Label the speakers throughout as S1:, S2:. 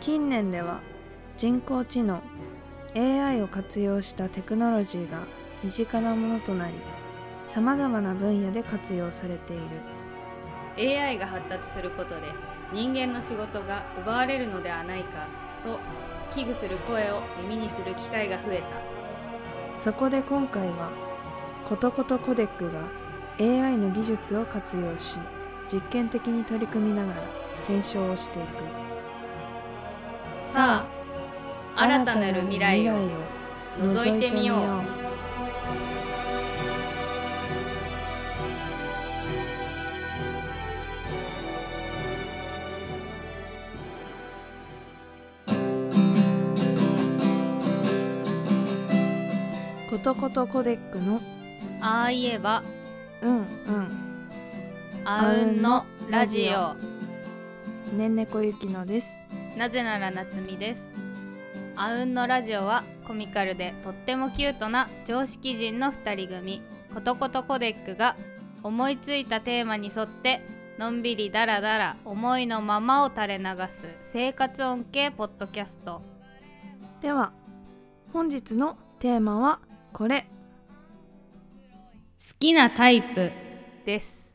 S1: 近年では人工知能 AI を活用したテクノロジーが身近なものとなりさまざまな分野で活用されている
S2: AI が発達することで人間の仕事が奪われるのではないかと危惧する声を耳にする機会が増えた
S1: そこで今回はことことコデックが AI の技術を活用し実験的に取り組みながら検証をしていく
S2: さあ新たなる未来を覗いてみよう
S1: ことことコデックの
S2: ああいえば
S1: うんうん
S2: あうんのラジオ
S1: ねんねこゆきのです
S2: なぜなら夏美ですあうんのラジオはコミカルでとってもキュートな常識人の2人組ことことコデックが思いついたテーマに沿ってのんびりだらだら思いのままを垂れ流す生活音系ポッドキャスト
S1: では本日のテーマはこれ
S2: 好きなタイプです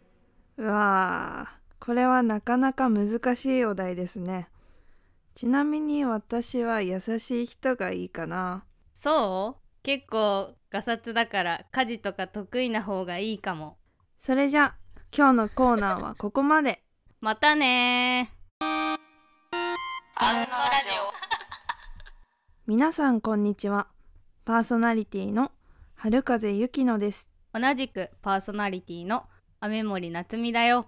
S1: うわあこれはなかなか難しいお題ですねちなみに私は優しい人がいいかな
S2: そう結構ガサツだから家事とか得意な方がいいかも
S1: それじゃ今日のコーナーはここまで
S2: またね
S1: 皆さんこんにちはパーソナリティの春風ゆきのです
S2: 同じくパーソナリティの雨森夏美だよ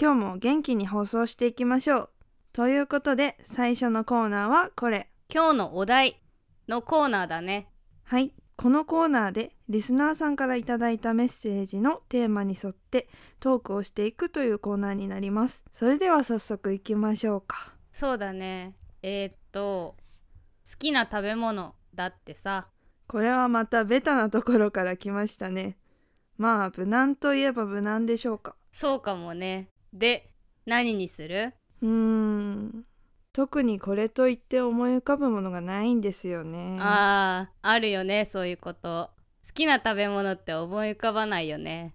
S1: 今日も元気に放送していきましょうということで最初のコーナーはこれ
S2: 今日のお題のコーナーだね
S1: はいこのコーナーでリスナーさんからいただいたメッセージのテーマに沿ってトークをしていくというコーナーになりますそれでは早速いきましょうか
S2: そうだねえー、っと好きな食べ物だってさ
S1: これはまたベタなところから来ましたねまあ無難といえば無難でしょうか
S2: そうかもねで何にする
S1: うーん特にこれといって思い浮かぶものがないんですよね
S2: あーあるよねそういうこと好きな食べ物って思い浮かばないよね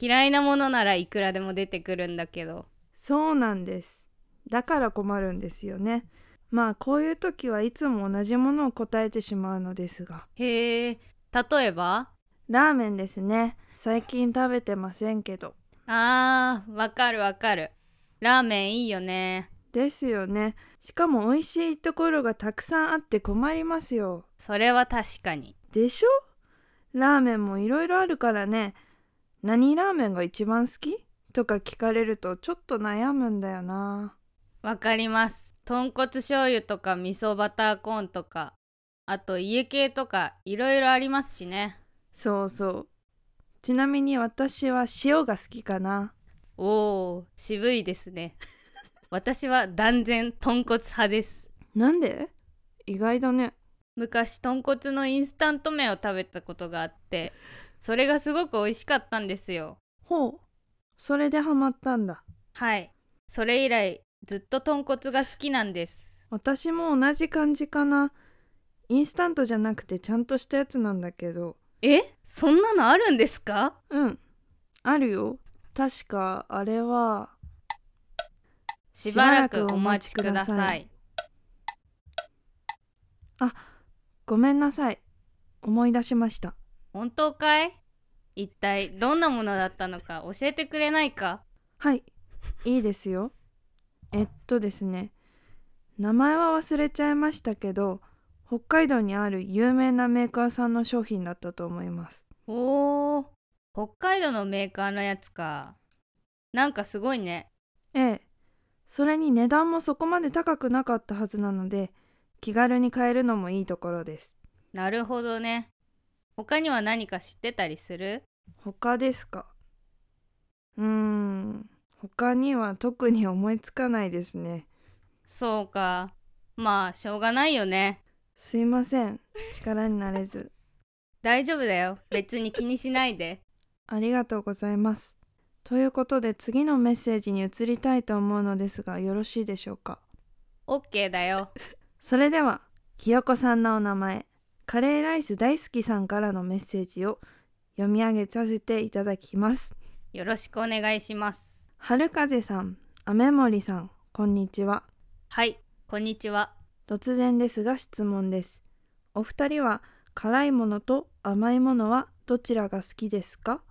S2: 嫌いなものならいくらでも出てくるんだけど
S1: そうなんですだから困るんですよねまあこういう時はいつも同じものを答えてしまうのですが
S2: へえ例えば
S1: ラーメンですね最近食べてませんけど
S2: あーわかるわかるラーメンいいよね
S1: ですよねしかも美味しいところがたくさんあって困りますよ
S2: それは確かに
S1: でしょラーメンもいろいろあるからね何ラーメンが一番好きとか聞かれるとちょっと悩むんだよな
S2: わかります豚骨醤油とか味噌バターコーンとかあと家系とかいろいろありますしね
S1: そうそうちなみに私は塩が好きかな
S2: おー渋いですね私は断然豚骨派です
S1: なんで意外だね
S2: 昔豚骨のインスタント麺を食べたことがあってそれがすごく美味しかったんですよ
S1: ほうそれでハマったんだ
S2: はいそれ以来ずっと豚骨が好きなんです
S1: 私も同じ感じかなインスタントじゃなくてちゃんとしたやつなんだけど
S2: えそんなのあるんですか
S1: うんあるよ確かあれは
S2: しばらくお待ちください
S1: ごめんなさい思い出しました
S2: 本当かい一体どんなものだったのか教えてくれないか
S1: はいいいですよえっとですね名前は忘れちゃいましたけど北海道にある有名なメーカーさんの商品だったと思います
S2: おー北海道のメーカーのやつかなんかすごいね
S1: ええそれに値段もそこまで高くなかったはずなので気軽に買えるのもいいところです
S2: なるほどね他には何か知ってたりする
S1: 他ですかうーん他には特に思いつかないですね
S2: そうかまあしょうがないよね
S1: すいません力になれず
S2: 大丈夫だよ別に気にしないで
S1: ありがとうございますということで次のメッセージに移りたいと思うのですがよろしいでしょうか
S2: OK だよ
S1: それではきよこさんのお名前カレーライス大好きさんからのメッセージを読み上げさせていただきます
S2: よろしくお願いします
S1: 春風さん雨森さんこんにちは
S2: はいこんにちは
S1: 突然ですが質問ですお二人は辛いものと甘いものはどちらが好きですか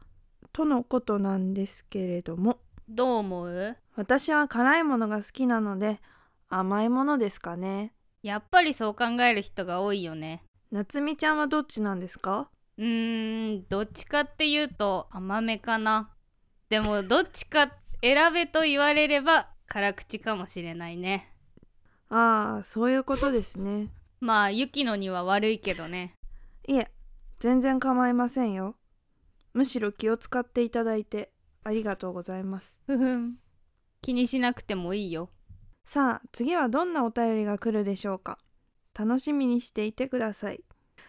S1: とのことなんですけれども
S2: どう思う
S1: 私は辛いものが好きなので甘いものですかね
S2: やっぱりそう考える人が多いよね
S1: 夏美ちゃんはどっちなんですか
S2: うーんどっちかっていうと甘めかなでもどっちか 選べと言われれば辛口かもしれないね
S1: ああそういうことですね
S2: まあユキノには悪いけどね
S1: いえ全然構いませんよむしろ気を使っていただいてありがとうございます
S2: ふふん気にしなくてもいいよ
S1: さあ次はどんなお便りが来るでしょうか楽しみにしていてください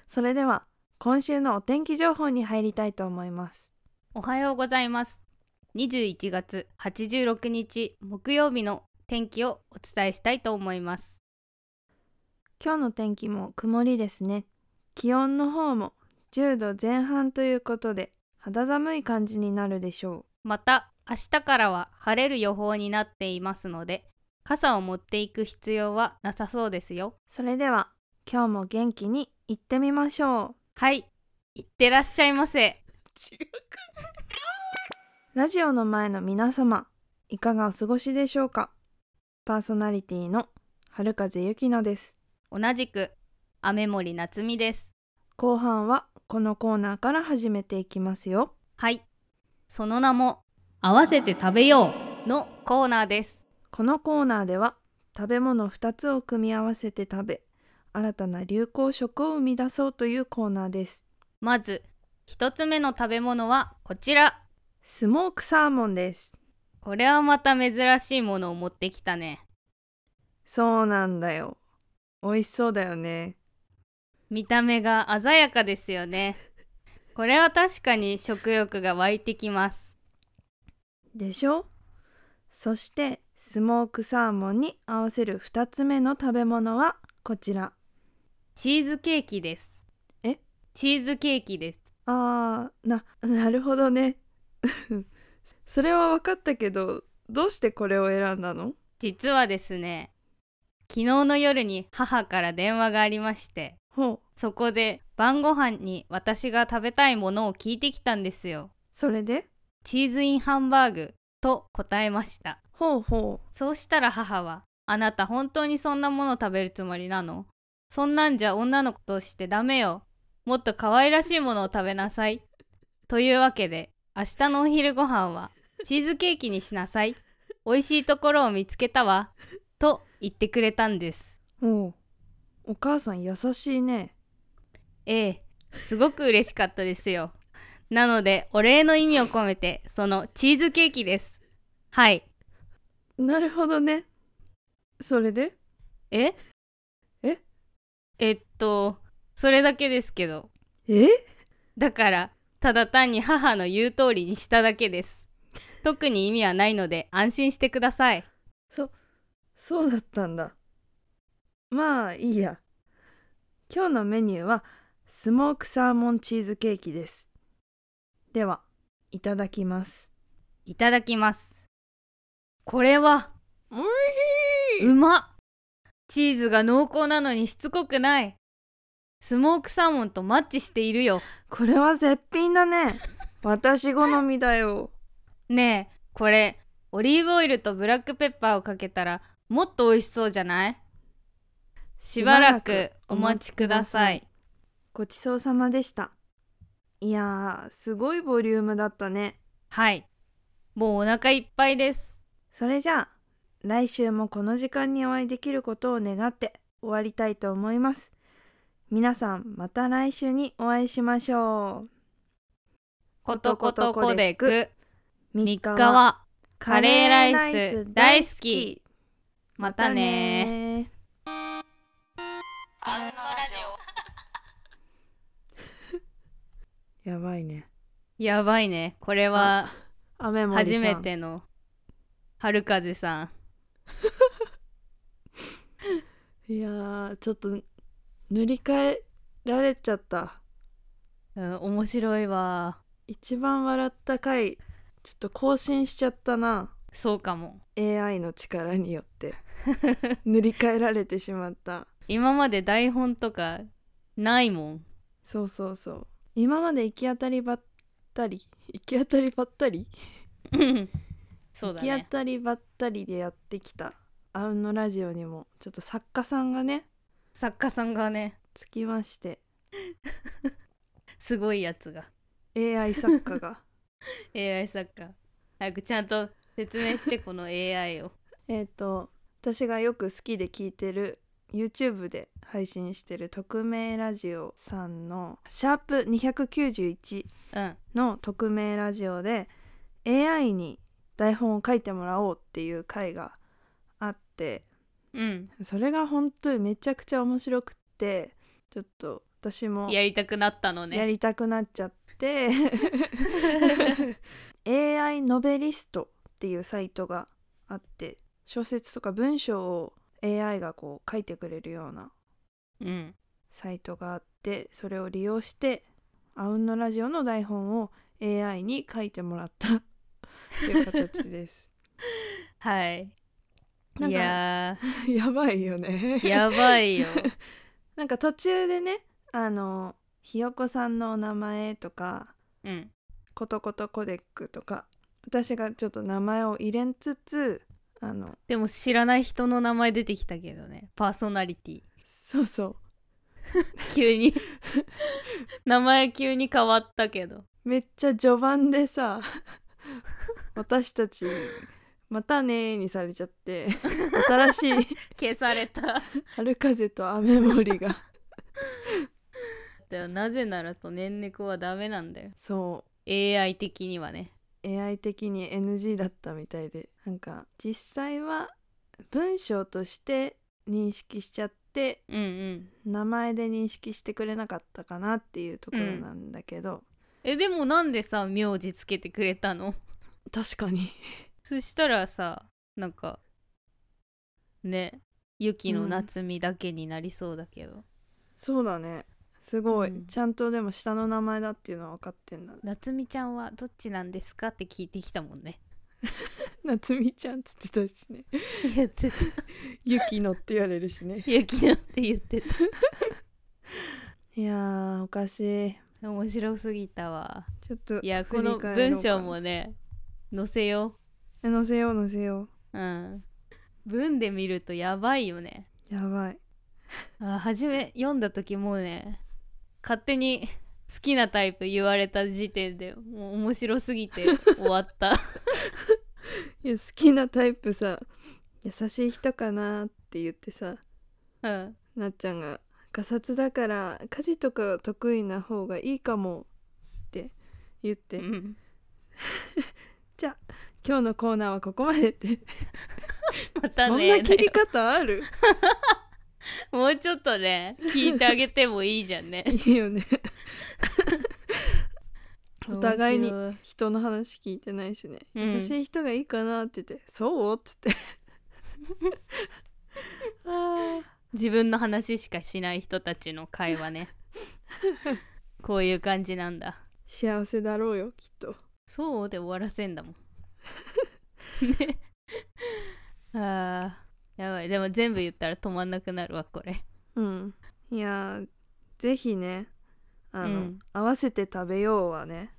S1: それでは今週のお天気情報に入りたいと思います
S2: おはようございます21月86日木曜日の天気をお伝えしたいと思います
S1: 今日の天気も曇りですね気温の方も10度前半ということで肌寒い感じになるでしょ
S2: また明日からは晴れる予報になっていますので傘を持っていく必要はなさそうですよ
S1: うそれでは今日も元気に行ってみましょう
S2: はいいってらっしゃいませ
S1: ラジオの前の皆様いかがお過ごしでしょうかパーソナリティの春風ゆきのです
S2: 同じく雨森夏美です
S1: 後半はこのコーナーから始めていきますよ
S2: はいその名も合わせて食べようのコーナーです
S1: このコーナーでは食べ物2つを組み合わせて食べ新たな流行食を生み出そうというコーナーです
S2: まず一つ目の食べ物はこちら
S1: スモークサーモンです
S2: これはまた珍しいものを持ってきたね
S1: そうなんだよ美味しそうだよね
S2: 見た目が鮮やかですよねこれは確かに食欲が湧いてきます
S1: でしょそしてスモークサーモンに合わせる2つ目の食べ物はこちら
S2: チーズケーキです
S1: え
S2: チーズケーキです
S1: あーななるほどね それは分かったけどどうしてこれを選んだの
S2: 実はですね昨日の夜に母から電話がありまして
S1: ほう
S2: そこで晩ご飯に私が食べたいものを聞いてきたんですよ
S1: それで
S2: チーズインハンバーグと答えました
S1: ほうほ
S2: そうしたら母は「あなた本当にそんなもの食べるつもりなのそんなんじゃ女の子としてダメよもっと可愛らしいものを食べなさい」というわけで明日のお昼ご飯はチーズケーキにしなさい美味しいところを見つけたわと言ってくれたんです
S1: うほうお母さん優しいね
S2: ええすごく嬉しかったですよなのでお礼の意味を込めてそのチーズケーキですはい
S1: なるほどねそれで
S2: え
S1: え
S2: えっとそれだけですけど
S1: え
S2: だからただ単に母の言う通りにしただけです特に意味はないので安心してください
S1: そうだったんだまあいいや今日のメニューはスモークサーモンチーズケーキですではいただきます
S2: いただきますこれは
S1: おいう
S2: まっチーズが濃厚なのにしつこくないスモークサーモンとマッチしているよ
S1: これは絶品だ ね私好みだよ
S2: ねえこれオリーブオイルとブラックペッパーをかけたらもっと美味しそうじゃないしばらくお待ちください
S1: ごちそうさまでしたいやーすごいボリュームだったね
S2: はいもうお腹いっぱいです
S1: それじゃあ来週もこの時間にお会いできることを願って終わりたいと思います皆さんまた来週にお会いしましょ
S2: コトコトコデック
S1: う
S2: 3日はカレーライス大好きま
S1: ま
S2: た
S1: た
S2: ね
S1: ねやばいね
S2: やばいねこれは
S1: 雨も
S2: 初めての春風さん
S1: いやーちょっと塗り替えられちゃった
S2: うん、面白いわ
S1: 一番笑った回ちょっと更新しちゃったな
S2: そうかも
S1: AI の力によって 塗り替えられてしまった
S2: 今まで台本とかないもん
S1: そうそうそう今まで行き当たりばったり行き当たりばったり、
S2: そう
S1: 行
S2: だ
S1: き
S2: ね
S1: 当たりばったりでやってきたあうんのラジオにもちょっと作家さんがね
S2: 作家さんがね
S1: つきまして
S2: すごいやつが
S1: AI 作家が
S2: AI 作家早くちゃんと説明してこの AI を
S1: えっと私がよく好きで聞いてる YouTube で配信してる匿名ラジオさんの「シャープ #291」
S2: うん
S1: の匿名ラジオで AI に台本を書いてもらおうっていう回があって
S2: うん
S1: それが本当にめちゃくちゃ面白くってちょっと私も
S2: やりたくなったの
S1: や
S2: ね
S1: りたくなっちゃって AI ノベリストっていうサイトがあって小説とか文章を AI がこう書いてくれるような
S2: うん
S1: サイトがあってそれを利用してあうんのラジオの台本を AI に書いてもらったっていう形 です。
S2: はい
S1: なん
S2: い
S1: か
S2: や
S1: やばいよね
S2: ーやばい よ
S1: なんか途中でねあのひよこさんのお名前とか
S2: うん
S1: ことことコデックとか私がちょっと名前を入れんつつあの
S2: でも知らない人の名前出てきたけどねパーソナリティ
S1: そうそう
S2: 急に 名前急に変わったけど
S1: めっちゃ序盤でさ 私たち「またねー」にされちゃって新しい
S2: 消された
S1: 春風と雨森が
S2: だよなぜならとねんねこはダメなんだよ
S1: そ
S2: AI 的にはね
S1: う AI 的に NG だったみたいでなんか実際は文章として認識しちゃって
S2: うんうん
S1: 名前で認識してくれなかったかなっていうところなんだけど、
S2: えでもなんでさ名字つけてくれたの
S1: 確かに
S2: そしたらさなんかねゆきの夏美だけになりそうだけど、
S1: そうだねすごい、
S2: うん
S1: ちゃんとでも下の名前だっていうのは分かってんだね
S2: 夏美ちゃんはどっちなんですかって聞いてきたも んね
S1: 夏美ちゃんっつってたし ね
S2: 言ってた
S1: ゆきのって言われるしね
S2: ゆきのって言ってた
S1: いやーおかしい
S2: 面白すぎたわ
S1: ちょっと
S2: いや
S1: 振
S2: こ
S1: り
S2: の
S1: 返ろ
S2: 文
S1: うかな
S2: 章もね載せよ
S1: 載せよう載せよ
S2: ううん文で見るとやばいよね
S1: うやばい
S2: あ初め読んだ時もうね勝手に好きなタイプ言われた時点でもう面白すぎて終 わった
S1: いや好きなタイプさ優しい人かなって言ってさ
S2: うん
S1: なっちゃんが「がさつだから家事とか得意な方がいいかも」って言って、
S2: うん
S1: 今日のコーナーはここまで」って
S2: また
S1: そん
S2: ね
S1: な切り方ある
S2: もうちょっとね聞いてあげてもいいじゃんね
S1: いいよね お互いに
S2: 面
S1: 人
S2: 白
S1: の話聞いてないしね、
S2: うん
S1: 優しい人がいいかなって言って「そう?」っつって あー
S2: 自分の話しかしない人たちの会話 ねこういう感じなんだ
S1: 幸せだろうよきっと
S2: そうで終わらせんだもんね あーやばいでも全部言ったら止まんなくなるわこれ
S1: うんいやーぜひねあの、
S2: うん
S1: 合わせて食べようはね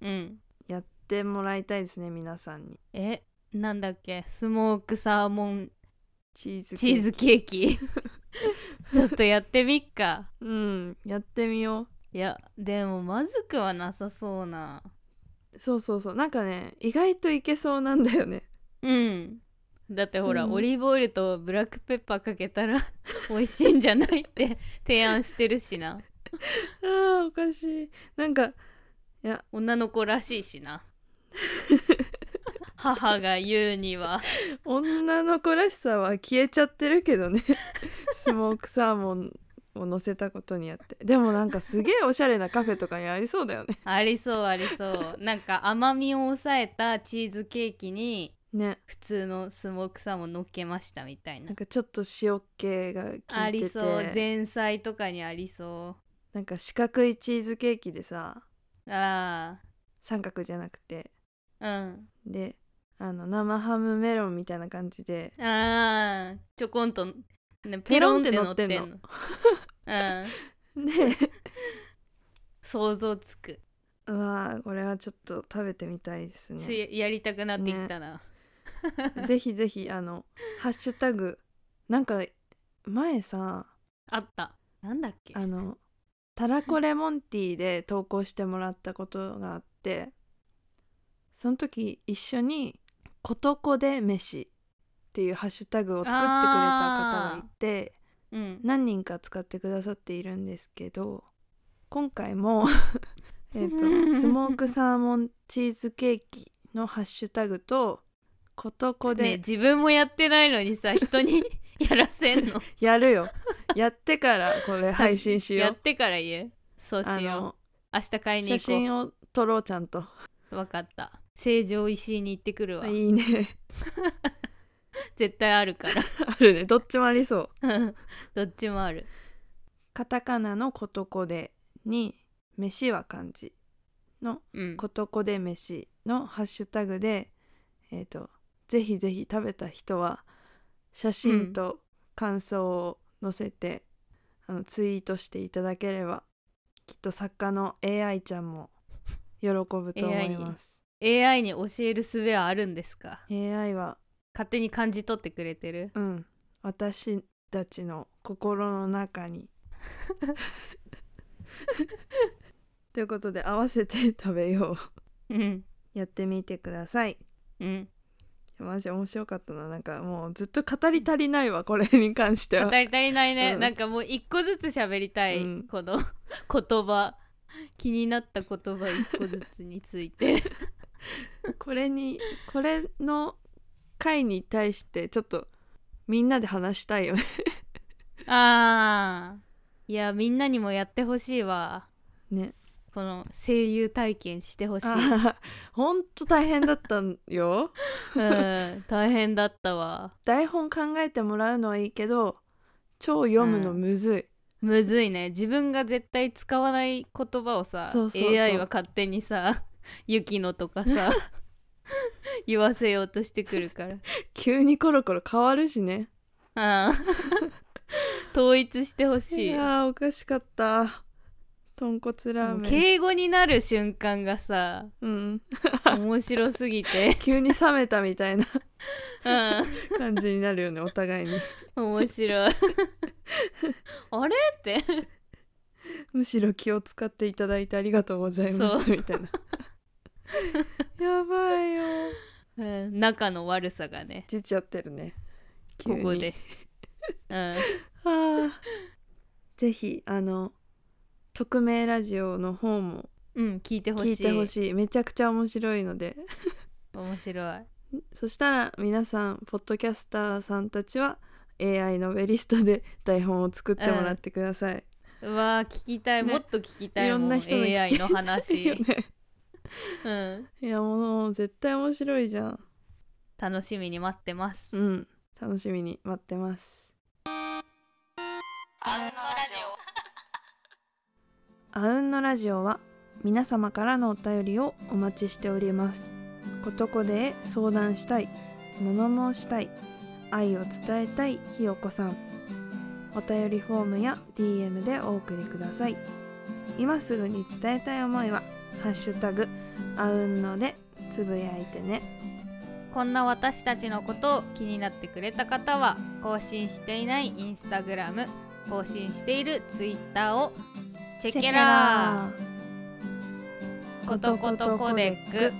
S2: うん
S1: やってもらいたいですね皆さんに
S2: えなんだっけスモークサーモン
S1: チーズケーキ
S2: チーズケ ーキちょっとやってみっか
S1: うんやってみよ
S2: いやでもまずくはなさそうな
S1: うそうそうそうなんかね意外といけそうなんだよね
S2: うんだってほら
S1: そう
S2: オリーブオイルとブラックペッパーかけたら美味しいんじゃないって提案してるし
S1: あ
S2: な
S1: ーおかしいなんか
S2: 女の子らしいし な母が言うには
S1: 女の子らしさは消えちゃってるけど ねスモークサーモンを乗せたことによってでもなんかすげえおしゃれなカフェとかにありそうだよね
S2: ありそうありそうなんか甘みを抑えたチーズケーキに
S1: ね
S2: 普通のスモークサーモン乗っけましたみたい
S1: な
S2: なん
S1: かちょっと塩気が効いてて
S2: ありそう前菜とかにありそ
S1: なんか四角いチーズケーキでさ
S2: うあ
S1: 三角じゃなくて
S2: あうん
S1: であの生ハムメロンみたいな感じで
S2: あーちょこんと、ね、ペロンって乗ってんの
S1: ペロンっ
S2: うん
S1: で
S2: 想像つく、
S1: うわーこれはちょっと食べてみたいです
S2: つ
S1: ね
S2: いやりたくなってきたな、
S1: ぜひぜひあのハッシュタグなんか前さ
S2: あったなんだっけ
S1: あのたらこレモンティーで投稿してもらったことがあってその時一緒に「ことこで飯」っていうハッシュタグを作ってくれた方がいて
S2: うん
S1: 何人か使ってくださっているんですけど今回も えっ とスモークサーモンチーズケーキのハッシュタグと「ことこ
S2: ねえ
S1: で
S2: 自分もやってないの にさ人に やらせんの
S1: やるよ」やってからこれ 配信しよ
S2: や
S1: う
S2: っ。てから言えそう
S1: あ
S2: しよ
S1: の
S2: う明日買いに
S1: 写
S2: 行こ
S1: 真を撮ろうちゃんと。
S2: う分かった成城石井に行ってくるわ
S1: いいね。
S2: 絶対あるから
S1: あるねどっちもありそう
S2: どっちもある
S1: カタカナの「ことこで」に「飯は漢字」の
S2: う
S1: 「
S2: ん
S1: ことこで飯」のハッシュタグでえっ、とぜひぜひ食べた人は写真と感想を載せて、あのツイートしていただければきっと作家の AI ちゃんも喜ぶと思います。
S2: AI に教える術はあるんですか
S1: AI は
S2: 勝手に感じ取ってくれてる
S1: うん私たちの心の中に ということで合わせて食べよ
S2: うん
S1: うやってみてください
S2: うん
S1: マジ面白かったななんかもうずっと語り足りないわこれに関しては
S2: 語り足りないね、
S1: うん
S2: なんかもう一個ずつ喋りたい、
S1: うん
S2: この 言葉気になった言葉一個ずつにつ いて
S1: これにこれの回に対してちょっとみんなで話したいよね
S2: ああいやみんなにもやってほしいわ
S1: ね
S2: この声優体験してほしい、
S1: あーほんと大変だったんよ
S2: うん、大変だったわ
S1: 台本考えてもらうのはいいけど超読むのむずい、
S2: むずいね自分が絶対使わない言葉をさ
S1: そうそうそう
S2: AI は勝手にさ 「ゆきの」とかさ 言わせようとしてくるから
S1: 急にコロコロ変わるしね
S2: ああ 統一してほしい
S1: いやーおかしかった豚骨ラー
S2: もう
S1: メン
S2: 敬語になる瞬間がさ
S1: うん
S2: 面白す ぎて
S1: 急に冷めたみたいな
S2: う
S1: 感じになるよね お互いに
S2: ん面白いあれって
S1: むしろ気を使っていただいてありがとうございますみたいな やばいよ
S2: うん仲の悪さがね
S1: 出ちゃってるね急
S2: こ
S1: に
S2: こでうん
S1: ああぜひあの匿名ラジオの方も
S2: うん聞いてほし
S1: 聞
S2: い
S1: いてほしいめちゃくちゃ面白いので
S2: 面白い
S1: そしたら皆さんポッドキャスターさんたちは AI ノベリストで台本を作ってもらってください。
S2: うわー聞きたい、
S1: ね
S2: もっと聞きたいも
S1: い
S2: ん
S1: ろんな人の聞き
S2: AI
S1: い
S2: の
S1: いよ
S2: 話、
S1: ね
S2: うん、
S1: いやもう絶対面白いじゃん。
S2: 楽しみに待ってます
S1: うん楽しみに待ってます。あうんのラジオは皆様からのお便りをお待ちしております。ことこでへ相談したい、物申したい、愛を伝えたいひよこさん。お便りフォームや DM でお送りください。今すぐに伝えたい思いは、ハッシュタグ、あうんのでつぶやいてね。
S2: こんな私たちのことを気になってくれた方は更新していないインスタグラム更新しているツイッターをチェケラ
S1: チェケ
S2: ーことことコデック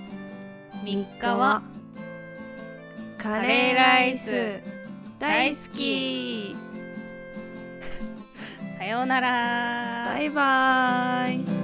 S2: 3日は
S1: カ
S2: レーライス
S1: 大
S2: 大
S1: 好
S2: 好
S1: き
S2: さようなら
S1: バイバイ